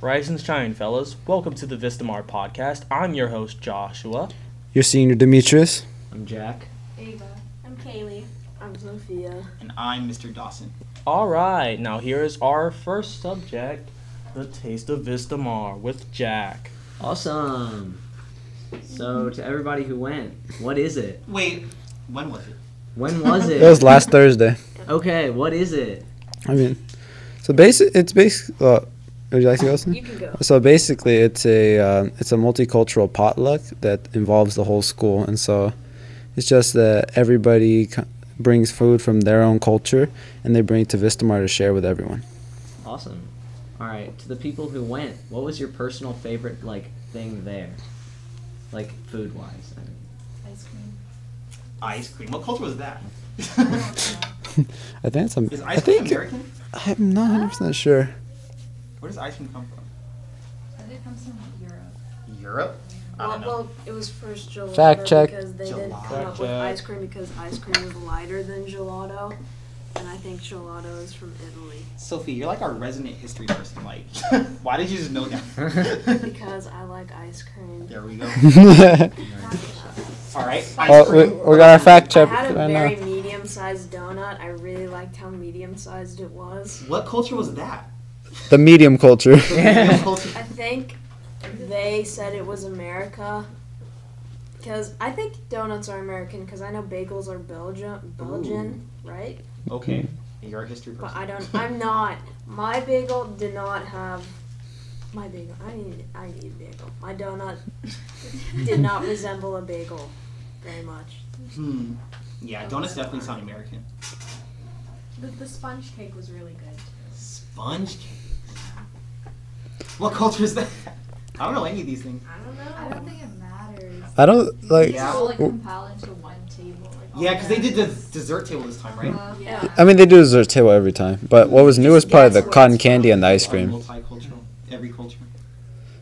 Rise and shine, fellas. Welcome to the Vistamar podcast. I'm your host, Joshua. Your senior Demetrius. I'm Jack. Ava. I'm Kaylee. I'm Sophia. And I'm Mr. Dawson. All right, now here is our first subject The Taste of Vistamar with Jack. Awesome. So to everybody who went, what is it? Wait, when was it? When was it? That was last Thursday. Okay, what is it? I mean, so basic. It's basic. Uh, would you like to go? Austin? You can go. So basically, it's a uh, it's a multicultural potluck that involves the whole school, and so it's just that everybody co- brings food from their own culture, and they bring it to Vistamar to share with everyone. Awesome. All right, to the people who went, what was your personal favorite like thing there? Like food wise. I mean. Ice cream. Ice cream. What culture was that? I think it's. A, Is I ice cream think American? I'm not 100 percent sure. Where does ice cream come from? Did it come from Europe? Europe? I Well, don't know. well, it was first gelato Fact check. because they didn't Gelato. come up with Fact ice check. cream because ice cream is lighter than gelato, and I think gelato is from Italy Sophie, you're like our resident history person. Like, why did you just know that? because I like ice cream. there we go. oh, All right. Ice we, cream. we got our fact I check had a right now. very medium-sized donut. I really liked how medium-sized it was. What culture was that? The medium culture. What culture- I think they said it was America. Because I think donuts are American. Because I know bagels are Belgian, Belgian, right? Okay. You're a history person. But I don't. I'm not. My bagel did not have. My bagel. I need. I need a bagel. My donut did not resemble a bagel very much. Hmm. Yeah, donuts definitely sound American. The, the sponge cake was really good. Sponge cake. What culture is that? I don't know any of these things. I don't I know. don't think it matters. I don't like. Yeah. People, like Oh. compile into one table. Like, all Yeah, because they did the that. dessert table this time, right? Uh, yeah. I mean, they do dessert table every time, but what was new was probably the Yes. cotton candy and the ice cream. Multicultural. Every culture.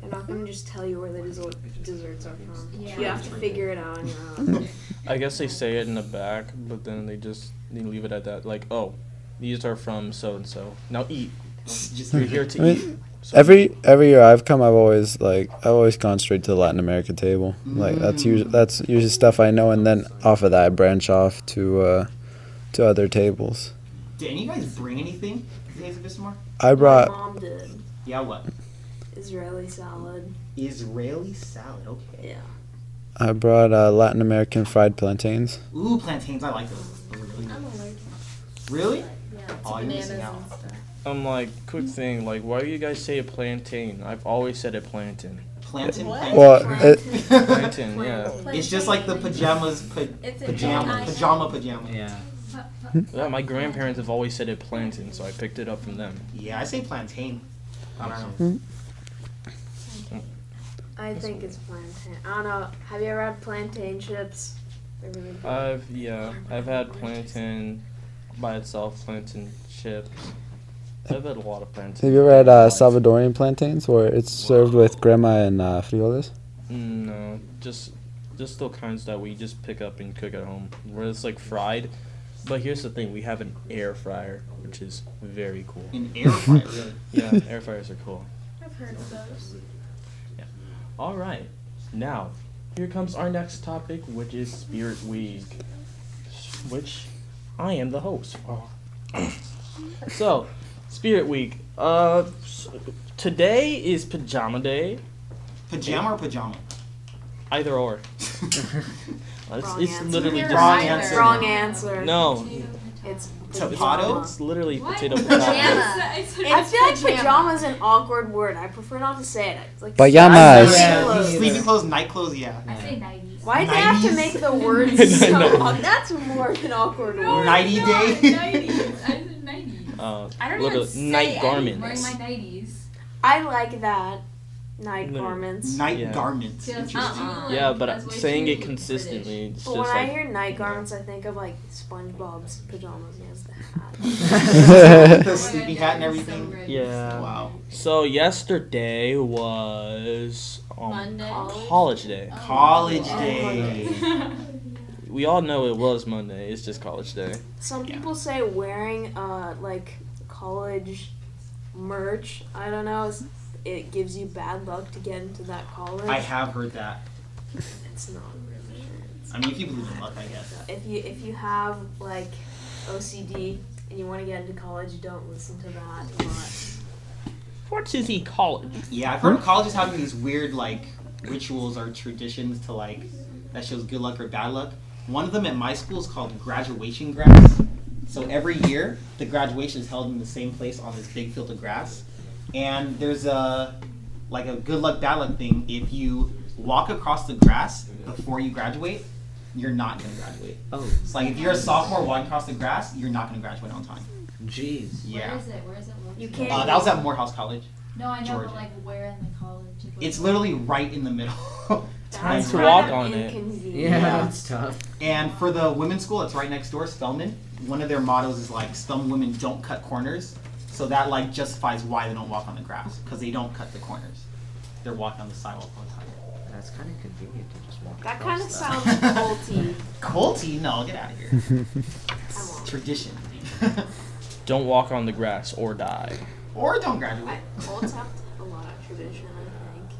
They're not gonna just tell you where the dessert, desserts are from. Yeah. You have to figure it out on your own. I guess they say it in the back, but then they just they leave it at that. Like, oh, these are from so and so. Now eat. Just You're here to I mean, eat. So- Every every year I've come, I've always like I've always gone straight to the Latin America table. Like that's usually that's usually stuff I know, and then off of that I branch off to uh, to other tables. Did any of you guys bring anything? to the Days of Ismar? I My brought mom did Yeah, what? Israeli salad. Israeli salad. Okay. Yeah. I brought uh, Latin American fried plantains. Ooh, plantains. I like those. Those are really I'm allergic good. Really? yeah, to Oh, you're bananas missing and out. stuff. I'm like, quick thing. Like, why do you guys say a plantain? I've always said a plantain. Plantain. What? plantain. Well, it, Plantain, yeah. It's just like the pajamas. Pa- It's a pajama. giant- Pajama. Pajama. Yeah. Yeah, my grandparents have always said it plantain, so I picked it up from them. Yeah, I say plantain. I don't know. I think it's plantain. I don't know. Have you ever had plantain chips? They're really good. I've yeah, I've had plantain by itself, plantain chips. I've had a lot of plantain. have you ever had uh, Salvadorian plantains, where it's served with grandma and uh, frijoles? Mm, No, just just the kinds that we just pick up and cook at home, where it's like fried. But here's the thing: we have an air fryer, which is very Hmm? cool. An air fryer. Really. Yeah, air fryers are cool. I've heard of those. All right, now here comes our next topic, which is Spirit Week, which I am the host. for. so, Spirit Week. Uh, s- today is Pajama Day. Pajama or pajama? Either or. It's, Wrong it's answer. literally Either just Wrong or. answer. Wrong answer. no. It's Potato? pajama. It's literally What? potato Pajama. pajama. I feel like pajama is an awkward word. I prefer not to say it. It's like Pajamas. Yeah, Yeah, me sleeping either. clothes, night clothes, yeah. I say 90s. Why do they have to Nice. make the word I so know. awkward? That's more than awkward word. Nighty day. 90s. I said 90s. Uh, I don't little even say night I'm Wearing garments. my 90s. I like that. Night Literally. garments. Night Yeah. garments. Just- Interesting. uh-uh. Yeah, but That's uh, way saying too it British. consistently, it's But just when I like hear night garments, I think of like SpongeBob's pajamas. He has the hat. the sleeping Oh my hat and God, it's so everything. rich. yeah. Wow. So yesterday was um, Monday. college Oh day. College wow. day. We all know it was Monday. It's just college day. Some Yeah. people say wearing uh like college merch. I don't know. It's, it gives you bad luck to get into that college. I have heard that. It's not really true. I mean, if you believe in luck, I guess. If you if you have like OCD and you want to get into college, don't listen to that a lot. What's his e college? Yeah, I've heard of colleges having these weird like rituals or traditions to like that shows good luck or bad luck. One of them at my school is called graduation grass. So every year the graduation is held in the same place on this big field of grass, and there's a like a good luck bad luck thing. If you walk across the grass before you graduate, you're not gonna graduate. Oh, It's like if you're a sophomore walking across the grass, you're not gonna graduate on time. jeez. Yeah. Where is it? Where is it? located? You can't- Uh, that was at Morehouse College. No, I know, Georgia. but like where in the college? Like, what- It's literally right in the middle. Time That's to kind walk of on it. inconvenient. Yeah, Yeah. that's tough. And for the women's school that's right next door, Spelman, one of their mottos is like "Some women don't cut corners," so that like justifies why they don't walk on the grass because they don't cut the corners. They're walking on the sidewalk all the time. That's kind of convenient to just walk. That across kind of that. sounds culty. Colty, no, get out of here. I won't. Tradition. Don't walk on the grass or die. or don't I, graduate. cults have a lot of tradition, I think.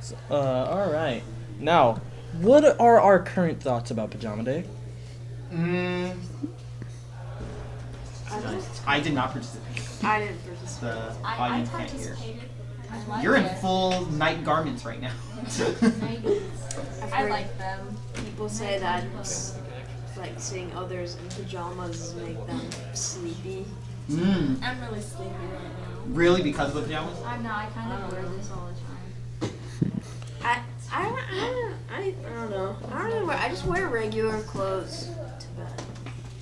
So, uh, all right. Now, what are our current thoughts about Pajama Day? Mm, I, just, I did not participate. I didn't participate. The I, I audience can't hear. participated. I liked You're in it. full night garments right now. I've I heard like them. people say that s- like seeing others in pajamas make them sleepy. mm, I'm really sleepy right now. really, because of the pajamas? I'm not. I kind of wear this all the time. I I don't, I don't, I, I don't know. I don't really wear. I just wear regular clothes to bed.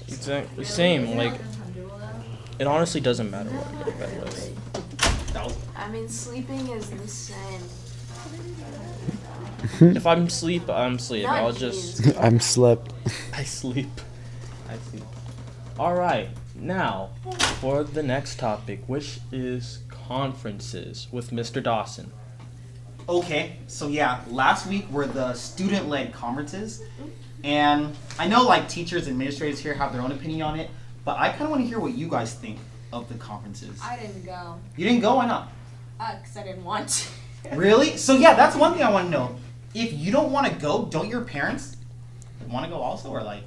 Exactly. Same. Like it honestly doesn't matter what I go to bed with. That was I mean, sleeping is the same. If I'm asleep, I'm asleep. Not I'll jeans. just I'm slept. I sleep. I sleep. All right. Now, for the next topic, which is conferences with Mr. Dawson. Okay, so yeah, last week were the student led conferences. And I know like teachers and administrators here have their own opinion on it, but I kind of want to hear what you guys think of the conferences. I didn't go. You didn't go, why not? Uh, cause I didn't want to. Really? So yeah, that's one thing I want to know. If you don't want to go, don't your parents want to go also, or like,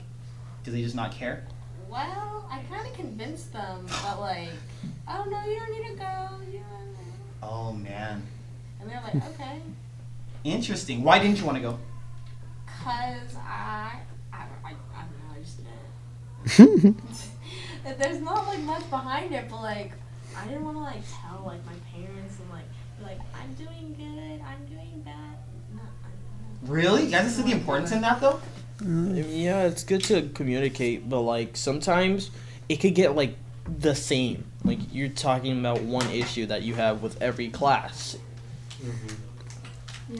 do they just not care? Well, I kind of convinced them, but like, oh no, you don't need to go. You don't need to-" Oh man, And they're like, okay, interesting. Why didn't you want to go? cause I, I, I, I don't know, I just did it. There's not like much behind it, but like, I didn't want to like tell like my parents and like, be like I'm doing good, I'm doing bad. No, I Really? You guys see the importance in that though? Yeah, it's good to communicate, but like sometimes it could get like the same. Like you're talking about one issue that you have with every class.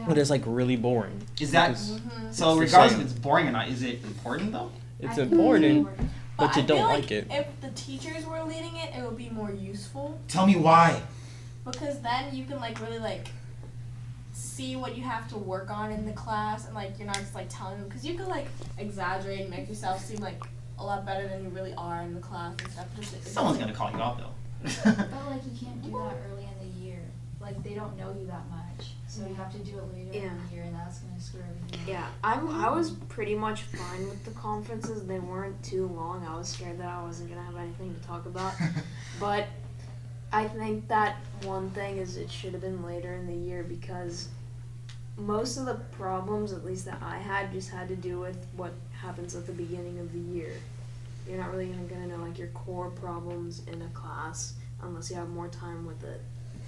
But it's like really boring. Is that Because Mm-hmm. so? It's the Regardless if same. it's boring or not, is it important though? It's I- important, But, but you I don't feel like, like, it. If the teachers were leading it, it would be more useful Tell me why. because then you can like really like see what you have to work on in the class and like you're not just like telling them because you could like exaggerate and make yourself seem like a lot better than you really are in the class and stuff. Just, it's- Someone's gonna call you out though. But like you can't do that early in the year. Like they don't know you that much, so you have to do it later in Yeah. the year, and that's gonna screw everything. Yeah, I I was pretty much fine with the conferences. They weren't too long. I was scared that I wasn't gonna have anything to talk about, but I think that one thing is it should have been later in the year because most of the problems, at least that I had, just had to do with what happens at the beginning of the year. You're not really gonna, gonna know like your core problems in a class unless you have more time with it.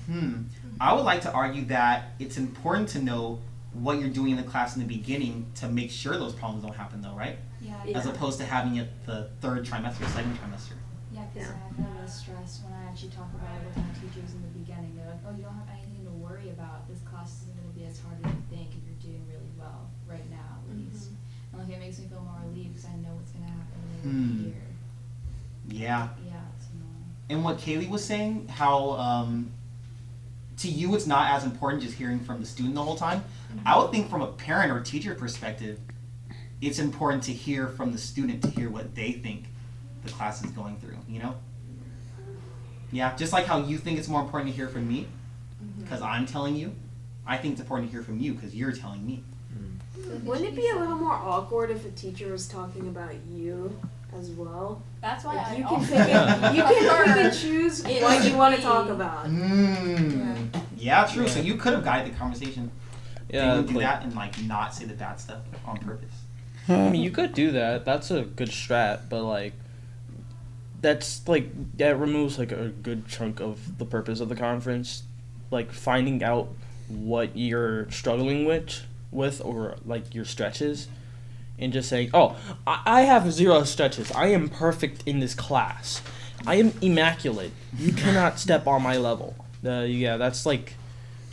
Hmm. I would like to argue that it's important to know what you're doing in the class in the beginning to make sure those problems don't happen, though, right? Yeah, Yeah. As opposed to having it the third trimester, second trimester. Yeah, because Yeah. I have been really stressed when I actually talk about it with my teachers in the beginning. They're like, oh, you don't have anything to worry about. This class isn't going to be as hard as you think, and you're doing really well right now, at Mm-hmm. least. And like, it makes me feel more relieved because I know what's going to happen later in Hmm. the year. Yeah. Yeah, it's annoying. And what Kaylee was saying, how um, to you it's not as important just hearing from the student the whole time. I would think from a parent or teacher perspective, it's important to hear from the student to hear what they think the class is going through, you know? Yeah, just like how you think it's more important to hear from me, because I'm telling you, I think it's important to hear from you because you're telling me. Wouldn't it be a little more awkward if a teacher was talking about you as well? That's why I Like you can always- pick and, you can pick and choose It what you want to should talk be. about. Mm. Yeah, true. So you could have guided the conversation. Yeah, they would do like- that and like not say the bad stuff on purpose. I mean, you could do that. That's a good strat, but like, that's like that removes like a good chunk of the purpose of the conference, like finding out what you're struggling with, with or like your stretches, and just saying, "Oh, I, I have zero stretches. I am perfect in this class. I am immaculate. You cannot step on my level." Uh, yeah, that's like,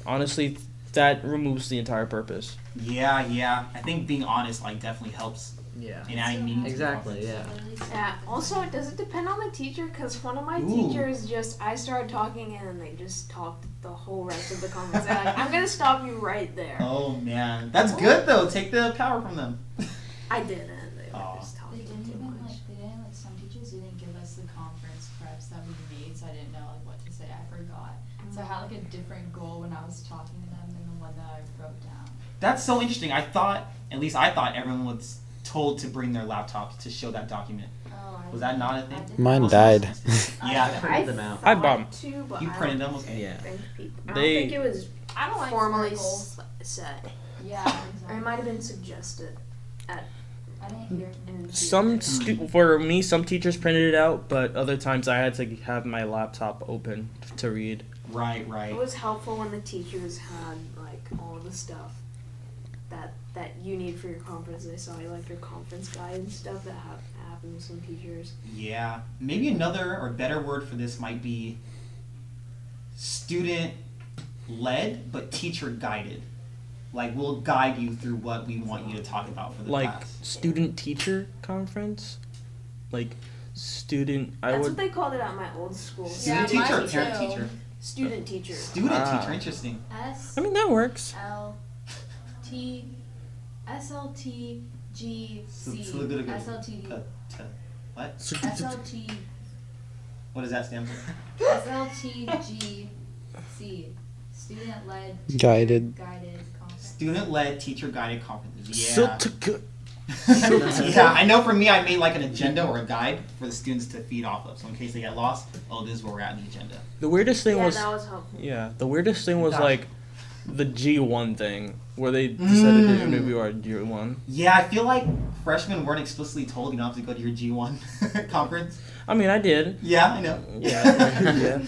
honestly, that removes the entire purpose. Yeah, yeah. I think being honest like definitely helps Yeah. in adding meaning. Exactly. To the Yeah. Yeah. Uh, Also, does it depend on the teacher? Because one of my Ooh. teachers just, I started talking and they just talked the whole rest of the conference. They're like, I'm going to stop you right there. conference. Oh man, that's good though. Take the power from them. I didn't. They were Aw. just They talking didn't too even much. like they didn't like some teachers didn't give us the conference preps that we made, so I didn't know like what to say. I forgot. So I had like a different goal when I was talking to them than the one that I wrote down. That's so interesting. I thought, at least I thought, everyone was told to bring their laptops to show that document. Oh, I Was that not a didn't- I thing? didn't- Mine I died. Yeah, Printed them out. I bought two, but you I printed don't them. Okay. Yeah. think people- I don't They- think it was I don't like formally circles. s- said, Yeah, or it exactly. might have been suggested. I didn't hear. in Some theory. stu- for me, some teachers printed it out, but other times I had to have my laptop open to read. Right, right. It was helpful when the teachers had like all the stuff that that you need for your conference. I saw like your conference guide and stuff that hap- happened with some teachers. Yeah. Maybe another or better word for this might be student led but teacher guided. Like we'll guide you through what we want you to talk about for the Like class. student teacher conference, like student. I That's would what they called it at my old school. Yeah, Student mine teacher, too. parent teacher. Student teacher. Student Ah. teacher, interesting. S I mean that works. L T S L T G C So- so they're gonna- S L T Uh, t- What? S L T What does that stand for? S L T G C student led Guided. guided conference. Student led teacher guided conferences. So Yeah. to go- yeah, I know for me I made like an agenda or a guide for the students to feed off of. So in case they get lost, oh this is where we're at in the agenda. The weirdest thing Yeah, was that was helpful. yeah. The weirdest thing was Gosh. like the G one thing where they decided to Mm. interview our G one. Yeah, I feel like freshmen weren't explicitly told you don't have to go to your G1 conference. I mean I did. Yeah, I know. Yeah. yeah.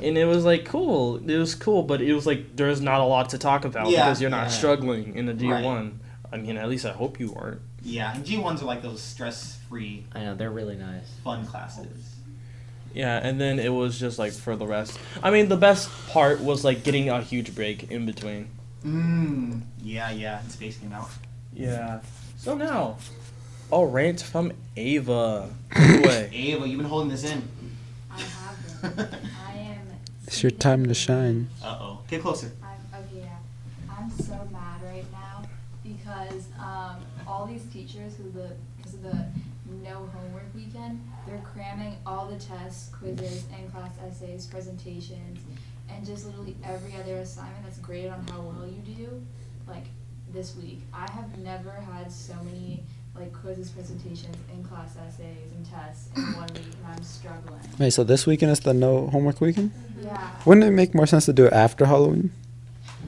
And it was like cool. It was cool, but it was like there's not a lot to talk about Yeah. because you're not Yeah. struggling in a D Right. one. I mean, at least I hope you aren't. Yeah, and G1s are like those stress-free, I know they're really nice. fun classes. Yeah, and then it was just like for the rest. I mean, the best part was like getting a huge break in between. Mmm. Yeah, yeah, it's spacing them out. Yeah. So now, a rant from Ava. Anyway, Ava, you've been holding this in. I have them. uh I am It's your time to shine. oh. Get closer. I'm okay yeah. I'm so mad right now because um, all these teachers who the because of the no homework weekend, they're cramming all the tests, quizzes, and class essays, presentations, and just literally every other assignment that's graded on how well you do, like this week. I have never had so many like quizzes, presentations, and class essays and tests in one week, and I'm struggling. Wait, so this weekend is the no homework weekend? Yeah, Wouldn't it make more sense to do it after Halloween?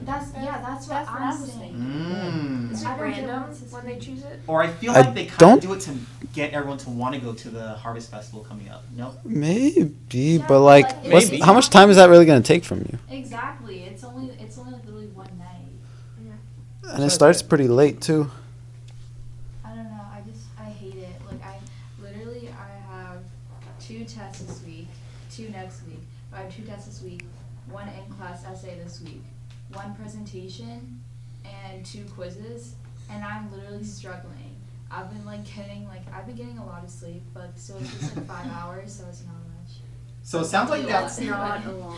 that's yeah, that's what That's what I'm I was saying. thinking. Is Mmm. it I don't get random what's his when they choose it? Or I feel I like they kind don't- of do it to get everyone to want to go to the Harvest Festival coming up. Nope. Maybe, Yeah, but like, like, what's, Maybe. how much time is that really gonna take from you? Exactly. It's only it's only like literally one night. And it starts pretty late too. I don't know. I just I hate it. Like I literally I have two tests this week, two next week. I have two tests this week, one in class essay this week, one presentation, and two quizzes, and I'm literally struggling. I've been like getting like I've been getting a lot of sleep, but so it's just like five hours, so it's not much. So it sounds like that's. That's not a lot.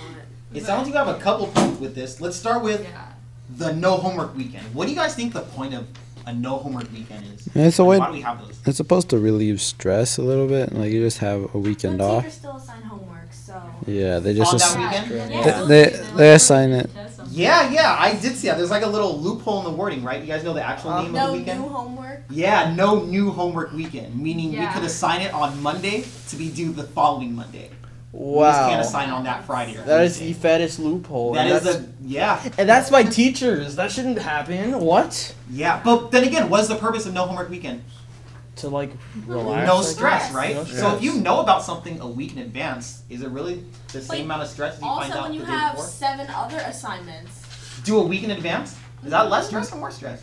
It sounds like you have a couple points with this. Let's start with Yeah. the no homework weekend. What do you guys think the point of a no homework weekend is? And it's a way. Why do we have those? It's supposed to relieve stress a little bit, and like you just have a weekend off. still assign homework. so. Yeah, they just. On ass- that weekend? They- they- they assign it. Yeah, yeah, I did see that. There's like a little loophole in the wording, right? You guys know the actual Uh, name of No the new weekend? homework. yeah, no new homework weekend, meaning Yeah. we could assign it on Monday to be due the following Monday. We just can't Wow. assign on that Friday. Or That is the Thursday. fattest loophole. That and is that's, a yeah, and that's by teachers. That shouldn't happen. What? yeah. But then again, what's the purpose of no homework weekend? To like relax. I no guess? stress, right? No So stress. if you know about something a week in advance, is it really the same Wait, amount of stress if you find Also, out when the you day have before? seven other assignments, Do a week in advance? Is that less stress or more stress?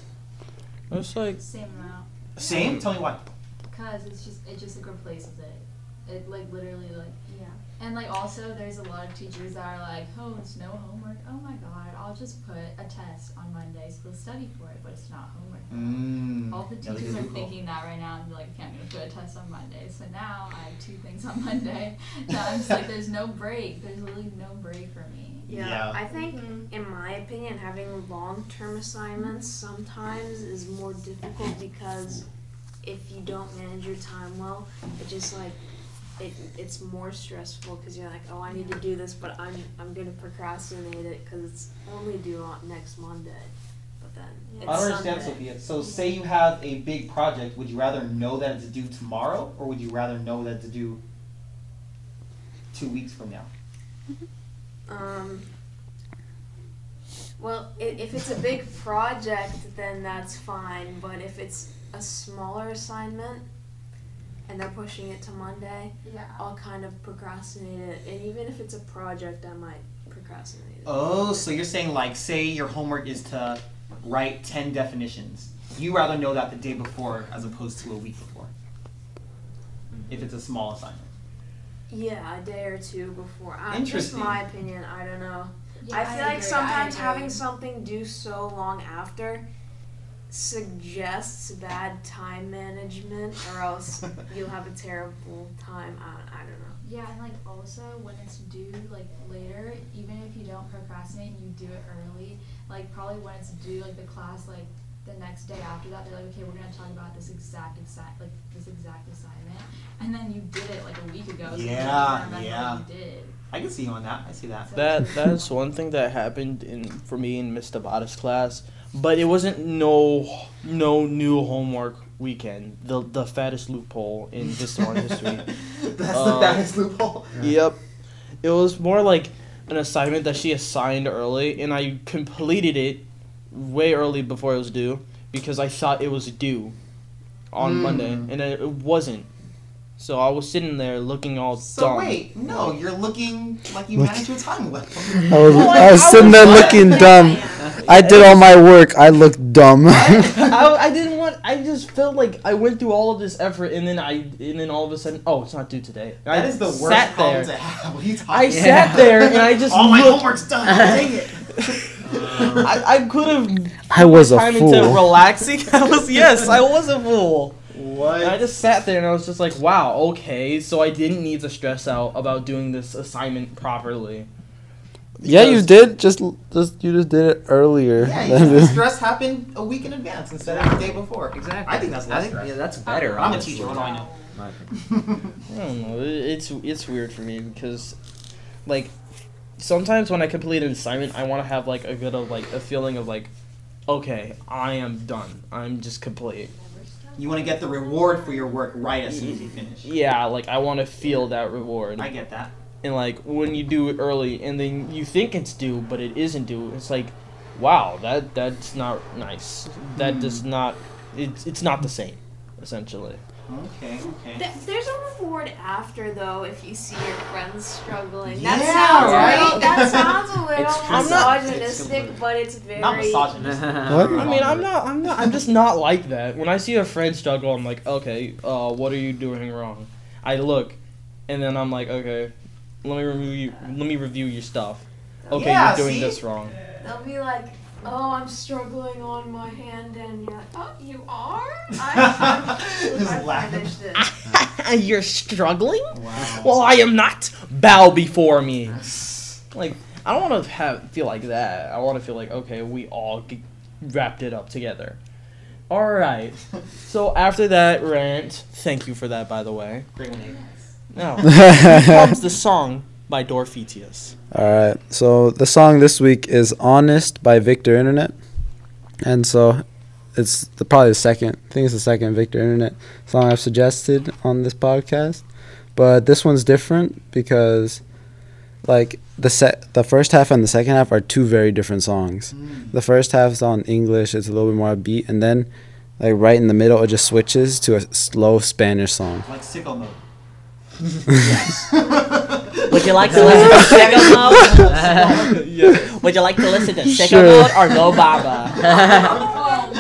It's like Same amount, Same. Tell me why. cause it's just it just like replaces it. It like literally like Yeah. and like also there's a lot of teachers that are like, oh it's no homework. Oh my god, I'll just put a test on Monday so they'll study for it, but it's not homework. Mm. All the teachers are thinking that right now and be like, okay, I'm gonna put a test on Monday. So now I have two things on Monday. Now I'm just like, there's no break. There's literally no break for me. Yeah, Yeah. I think, in my opinion, having long-term assignments sometimes is more difficult because if you don't manage your time well, it just like it, it's more stressful because you're like, oh, I need to do this, but I'm I'm gonna procrastinate it because it's only due on next Monday. But then it's I don't understand, Sunday. Sophia. So, say you have a big project, would you rather know that it's due tomorrow, or would you rather know that it's due two weeks from now? Um. Well, i- if it's a big project, then that's fine. But if it's a smaller assignment, and they're pushing it to Monday, yeah. I'll kind of procrastinate it. And even if it's a project, I might procrastinate it. Oh, so you're saying, like, say your homework is to write 10 definitions. You rather know that the day before as opposed to a week before, if it's a small assignment. Yeah, a day or two before. I, Just Interesting. my opinion. I don't know. Yeah, I feel agree, like I sometimes agree. having something due so long after suggests bad time management, or else you'll have a terrible time. I, I don't know. Yeah, and like also when it's due like later, even if you don't procrastinate and you do it early, like probably when it's due like the class like the next day after that, they're like, okay, we're gonna talk about this exact exact like this exact assignment, and then you did it like a week ago. So you don't Yeah, remember what yeah. You did. I can see you on that. I see that. That that's one thing that happened in for me in Miss Tabata's class, but it wasn't no no new homework weekend. The the fattest loophole in Vistamar history. That's the Uh, baddest loophole. Yep, it was more like an assignment that she assigned early, and I completed it way early before it was due because I thought it was due on Mm. Monday, and it, it wasn't. So I was sitting there looking all So dumb. wait, no, you're looking like you Look- manage your time well. I was, No, I was I- I sitting there was- looking dumb. I did all my work. I looked dumb. I, I didn't want. I just felt like I went through all of this effort, and then I, and then all of a sudden, oh, it's not due today. And That I is the worst sat problem there. to have. What are you talking I about? sat there and I just All my looked. homework's done. Dang it. I, I could have I was a time into fool. relaxing. I was yes, I was a fool. What? And I just sat there and I was just like, wow, okay, so I didn't need to stress out about doing this assignment properly. Yeah, you did. Just, just you just did it earlier. yeah, you know, stress happened a week in advance instead of the day before. Exactly. I think that's I less think stress. yeah, that's better. I'm a honestly. teacher. What do Oh, I know? My opinion. I don't know. it- It's it's weird for me because, like, sometimes when I complete an assignment, I want to have like a good of like a feeling of like, okay, I am done. I'm just complete. You want to get the reward for your work right as soon as you finish. Yeah, like I want to feel that reward. I get that. And like when you do it early, and then you think it's due, but it isn't due. It's like, wow, that that's not nice. That does not. It's it's not the same, essentially. Okay, okay. Th- there's a reward after though if you see your friends struggling. that Yeah, sounds right? right. That sounds a little It's true. I'm not- misogynistic, it's but it's very. Not misogynist. What? I mean, I'm not, I'm not, I'm just not like that. When I see a friend struggle, I'm like, okay, uh, what are you doing wrong? I look, and then I'm like, okay, let me review, you, let me review your stuff. Okay, Yeah, you're doing see? this wrong. They'll be like, "Oh, I'm struggling on my hand," and you're like, "Oh, you are? I, Just I laughing. finished it." you're struggling? Wow. Well, I am not. Bow before me. Like, I don't want to have feel like that. I want to feel like, okay, we all g- wrapped it up together. All right. So after that rant, thank you for that, by the way. Great one, Abe. No. comes the song by Dorfetius. All right. So the song this week is "Honest" by Victor Internet, and so it's the, probably the second. I think it's the second Victor Internet song I've suggested on this podcast, but this one's different because, like the set, the first half and the second half are two very different songs. Hmm, The first half's on English; it's a little bit more upbeat, and then, like right in the middle, it just switches to a slow Spanish song. Like sicko mode. Would you like to listen to Sicko Mode? yeah. Would you like to listen to Sicko Sure. Mode or Go Baba? Oh,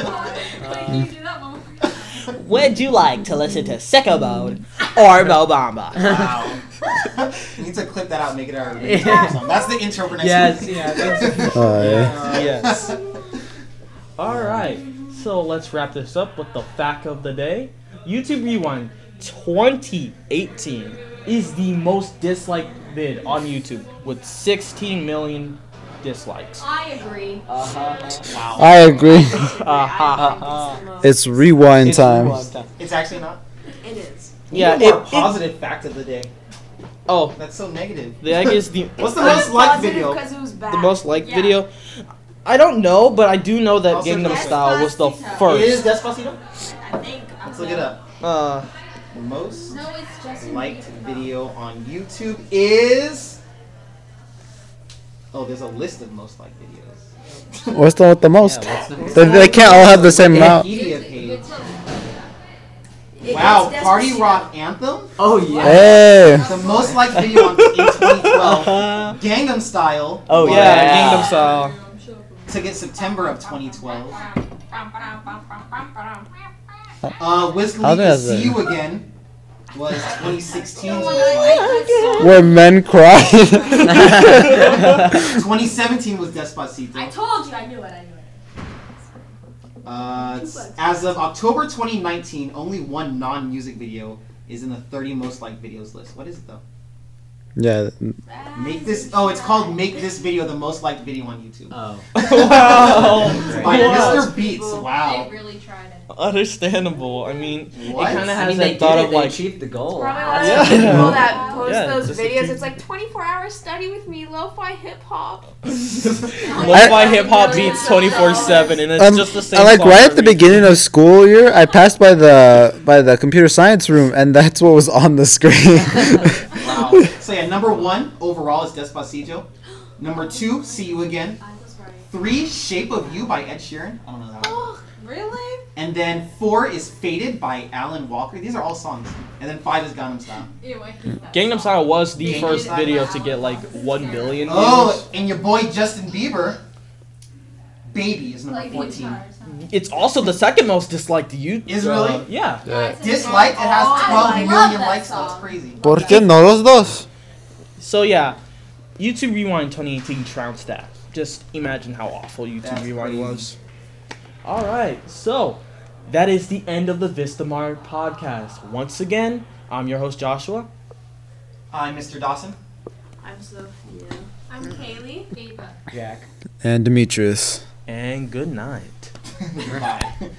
God. Wait, can you do that one more time? Would you like to listen to Sicko Mode or Mo Bamba? Wow. we need to clip that out and make it our original song. That's the intro for next Yes, week. yeah, that's- Oh, yeah. Yes. All right. So let's wrap this up with the fact of the day. YouTube Rewind 2018 is the most disliked vid on YouTube with 16 million dislikes. I agree. Wow. I agree. I think it's the most- it's rewind It's time. rewind time. It's actually not. Uh, It is. Yeah. Ooh, our it- it- positive fact of the day. oh, That's so negative. the egg is the What's the most liked video? because it was bad. the most liked Yeah. video. I don't know, but I do know that Also, Gangnam Despacito. Style was the It first. is Despacito? I think. I'm Let's look it up. Uh, The most No, it's Justin liked Bieber. video on YouTube is. Oh, there's a list of most liked videos. What's the the most? Yeah, what's the- they, they can't all have the same amount. Wikipedia Good page. to- It is Wow, Despacito. Party Rock Anthem? Oh yeah. Hey, The most liked video on, in 2012. Uh-huh. Gangnam Style. Oh, was- yeah. Gangnam Style. To get September of 2012. Uh, Wiz How Khalifa, does it- See You Again was 2016. where men cry. 2017 was I Despacito. told you. I knew it. I knew it. Uh, it's- as of October 2019, only one non-music video is in the 30 most liked videos list. What is it though? yeah, Make this. Oh, it's called "Make This Video the Most Liked Video on YouTube" Oh. wow. by Wow. Mr. Beats. Wow. They really tried it. Understandable. I mean, What? it kind I of I has mean, they that thought did it. of They like, achieved the goal. Probably a lot Yeah. of people that post Yeah, those just a videos. few- It's like 24 hour study with me, lo-fi hip hop. lo-fi hip hop beats 24/7, and it's Um, just the same. I like song right at every- the beginning of school year, I passed by the by the computer science room, and that's what was on the screen. Wow. So yeah, number one overall is Despacito. Number two, "See You Again." I was right. Three, "Shape of You" by Ed Sheeran. I don't know that one. Oh, Really? And then four is "Faded" by Alan Walker. These are all songs. And then five is "Gangnam Style." Ew, I hate that. Gangnam Style was the Gangnam first Style. video to get like one billion views. Oh, and your boy Justin Bieber, "Baby" is number Like the 14. guitar or something. It's also the second most disliked you. Is uh, really? Yeah. Disliked, it has Oh, I 12 like- million love that likes. That's song. crazy. ¿Por qué no los dos? So yeah, YouTube Rewind 2018 trounced that. Just imagine how awful YouTube That's Rewind crazy. was. All right, so that is the end of the Vistamar podcast. Once again, I'm your host Joshua. I'm Mr. Dawson. I'm Sophia. I'm Kaylee. Ava. Jack. And Demetrius. and good night. Bye.